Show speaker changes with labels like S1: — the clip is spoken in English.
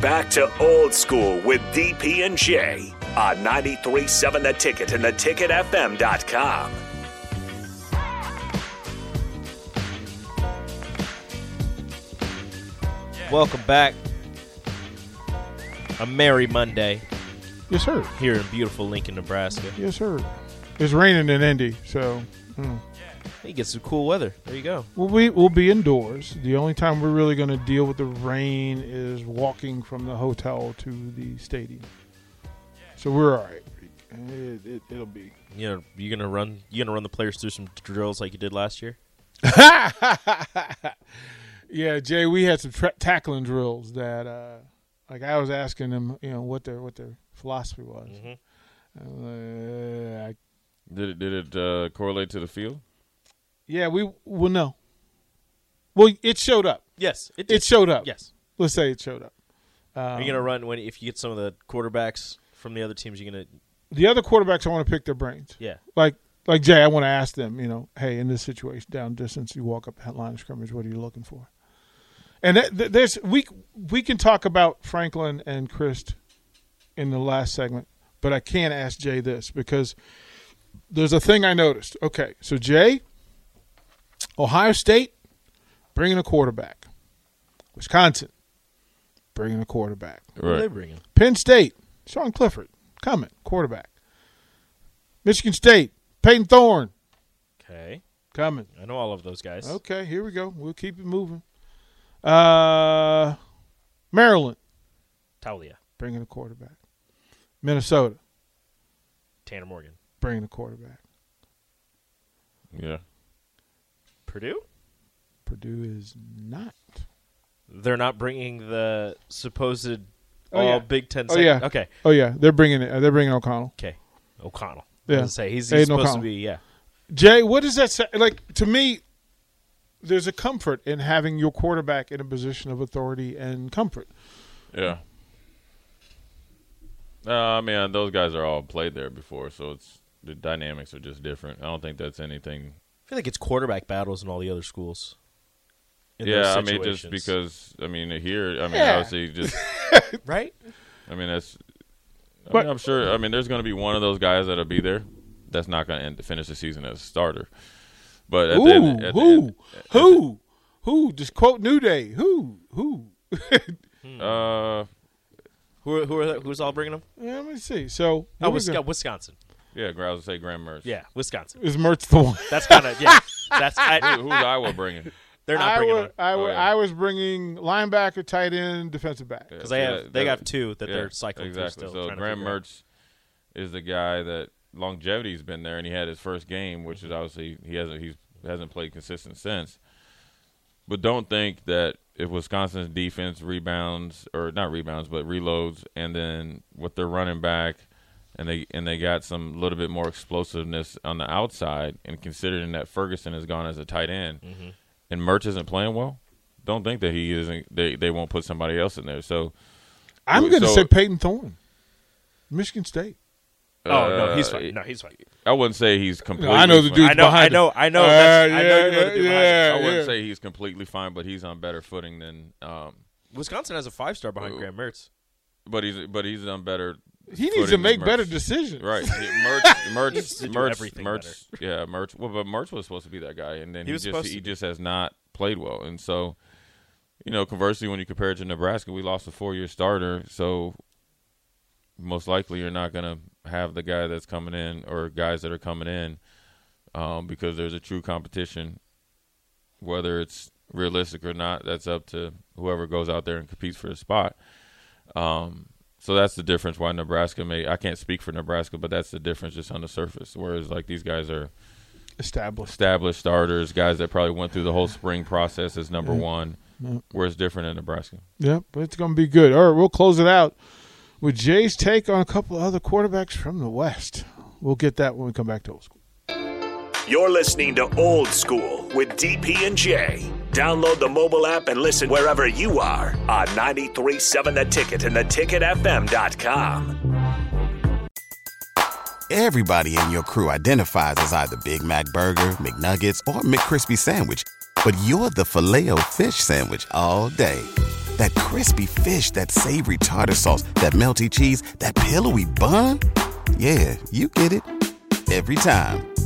S1: Back to old school with DP and J on 93.7 The Ticket and theticketfm.com.
S2: Welcome back. A merry Monday
S3: Yes, sir.
S2: here in beautiful Lincoln, Nebraska.
S3: Yes, sir. It's raining in Indy, so mm.
S2: You get some cool weather. There you go.
S3: we'll be we'll be indoors. The only time we're really going to deal with the rain is walking from the hotel to the stadium. So we're all right. It, it, it'll be.
S2: You know, you're gonna run. You're gonna run the players through some drills like you did last year.
S3: Yeah, Jay, we had some tra- tackling drills that, uh, like, I was asking them, you know, what their what their philosophy was. Uh, I-
S4: Did it did it uh, correlate to the field?
S3: yeah, we will know. Well, it showed up.
S2: Yes, it did.
S3: It showed up. Um,
S2: Yes.
S3: Let's say it showed up.
S2: Are you gonna run when if you get some of the quarterbacks from the other teams? You're gonna
S3: The other quarterbacks, I want to pick their brains.
S2: yeah.
S3: like like Jay, I want to ask them, you know, hey, in this situation, down distance, you walk up that line of scrimmage, what are you looking for? And that, th- there's we we can talk about Franklin and Christ in the last segment, but I can't ask Jay this because there's a thing I noticed. Okay, so Jay, Ohio State bringing a quarterback, Wisconsin bringing a quarterback,
S2: Who they
S4: Right.
S2: bringing?
S3: Penn State, Sean Clifford, coming, quarterback. Michigan State, Peyton Thorne,
S2: Okay,
S3: coming.
S2: I know all of those guys.
S3: Okay, here we go. We'll keep it moving. Uh, Maryland,
S2: Taulia,
S3: bringing a quarterback. Minnesota,
S2: Tanner Morgan,
S3: bringing a quarterback.
S4: Yeah.
S2: Purdue.
S3: Purdue is not.
S2: They're not bringing the supposed
S3: Oh,
S2: all
S3: yeah.
S2: Big Ten.
S3: Oh
S2: sec-
S3: yeah.
S2: Okay.
S3: Oh yeah, they're bringing it. They're bringing O'Connell.
S2: Okay. O'Connell.
S3: Yeah.
S2: I was gonna say he's,
S3: Aiden
S2: he's supposed
S3: O'Connell.
S2: to be yeah.
S3: Jay, what does that say? Like to me, there's a comfort in having your quarterback in a position of authority and comfort.
S4: Yeah. No, I mean those guys are all played there before, so it's the dynamics are just different. I don't think that's anything.
S2: I feel like it's quarterback battles in all the other schools. in
S4: yeah,
S2: those
S4: I mean just
S2: situations.
S4: because I mean here, I mean
S3: Yeah.
S4: obviously just
S2: right?
S4: I mean that's. I
S3: But-
S4: mean, I'm sure. I mean, there's going to be one of those guys that'll be there. That's not going to end, finish the season as a starter. But at
S3: who,
S4: the end, at the
S3: who,
S4: end-
S3: who, who? Just quote New Day. Who, who?
S4: uh,
S2: Who are, who are who's all bringing them?
S3: Yeah, let me see. So
S2: Oh,
S3: here we
S2: Wis-
S3: go.
S2: Wisconsin.
S4: yeah, I was gonna say Graham Mertz.
S2: Yeah, Wisconsin.
S3: is Mertz the one?
S2: That's kind of yeah. That's I,
S4: Who, who's Iowa bringing?
S2: they're not bringing
S3: Iowa,
S2: them
S3: Iowa,
S4: Oh, yeah.
S3: I was bringing linebacker, tight end, defensive back.
S2: because they have
S4: Yeah,
S2: they
S4: that-
S2: got two that
S4: yeah,
S2: they're cycling
S4: exactly.
S2: through still.
S4: So
S2: trying to
S4: Graham
S2: figure out.
S4: Mertz is the guy that longevity's been there, and he had his first game, which is
S2: Mm-hmm.
S4: obviously he hasn't he's hasn't played consistent since. But don't think that if Wisconsin's defense rebounds or not rebounds but reloads, and then with their running back, and they and they got some little bit more explosiveness on the outside, and considering that Ferguson has gone as a tight end,
S2: Mm-hmm.
S4: and Mertz isn't playing well, don't think that he isn't. They they won't put somebody else in there. So
S3: I'm going to
S4: So-
S3: say Peyton Thorne, Michigan State.
S2: Oh no, he's
S4: uh,
S2: fine. No, he's fine.
S4: I wouldn't say he's completely.
S3: I know the
S4: fine.
S3: dude's
S2: I know. I
S3: behind
S2: know.
S3: him.
S2: I know.
S3: Uh,
S2: that's, I know
S3: yeah,
S2: you know the dude behind
S3: yeah,
S2: him. Oh,
S4: I wouldn't
S3: yeah.
S4: say he's completely fine, but he's on better footing than. Um,
S2: Wisconsin has a five star behind Graham Mertz.
S4: but he's but he's on better.
S3: He
S4: footing
S3: needs to
S4: than
S3: make
S4: Mertz.
S3: better decisions.
S4: Right, He- Mertz, Mertz,
S2: needs to do
S4: Mertz,
S2: everything
S4: Mertz, yeah, Mertz. Well, but Mertz was supposed to be that guy, and then
S2: He
S4: he,
S2: was supposed
S4: just
S2: to
S4: he
S2: be.
S4: just has not played well, and so, you know, conversely, when you compare it to Nebraska, we lost a four-year starter, so most likely you're not going to have the guy that's coming in or guys that are coming in um, because there's a true competition. Whether it's realistic or not, that's up to whoever goes out there and competes for the spot. Um, so that's the difference why Nebraska may. I can't speak for Nebraska, but that's the difference just on the surface. Whereas like these guys are
S3: Established.
S4: established starters, guys that probably went through the whole spring process as number one. where it's different in Nebraska.
S3: Yep, but it's going to be good. All right, we'll close it out with Jay's take on a couple of other quarterbacks from the West. We'll get that when we come back to old school.
S1: You're listening to Old School with DP and J. Download the mobile app and listen wherever you are on 937 The Ticket and theticketfm.com.
S5: Everybody in your crew identifies as either Big Mac Burger, McNuggets, or McCrispy Sandwich. But you're the filet fish Sandwich all day. That crispy fish, that savory tartar sauce, that melty cheese, that pillowy bun. Yeah, you get it. Every time.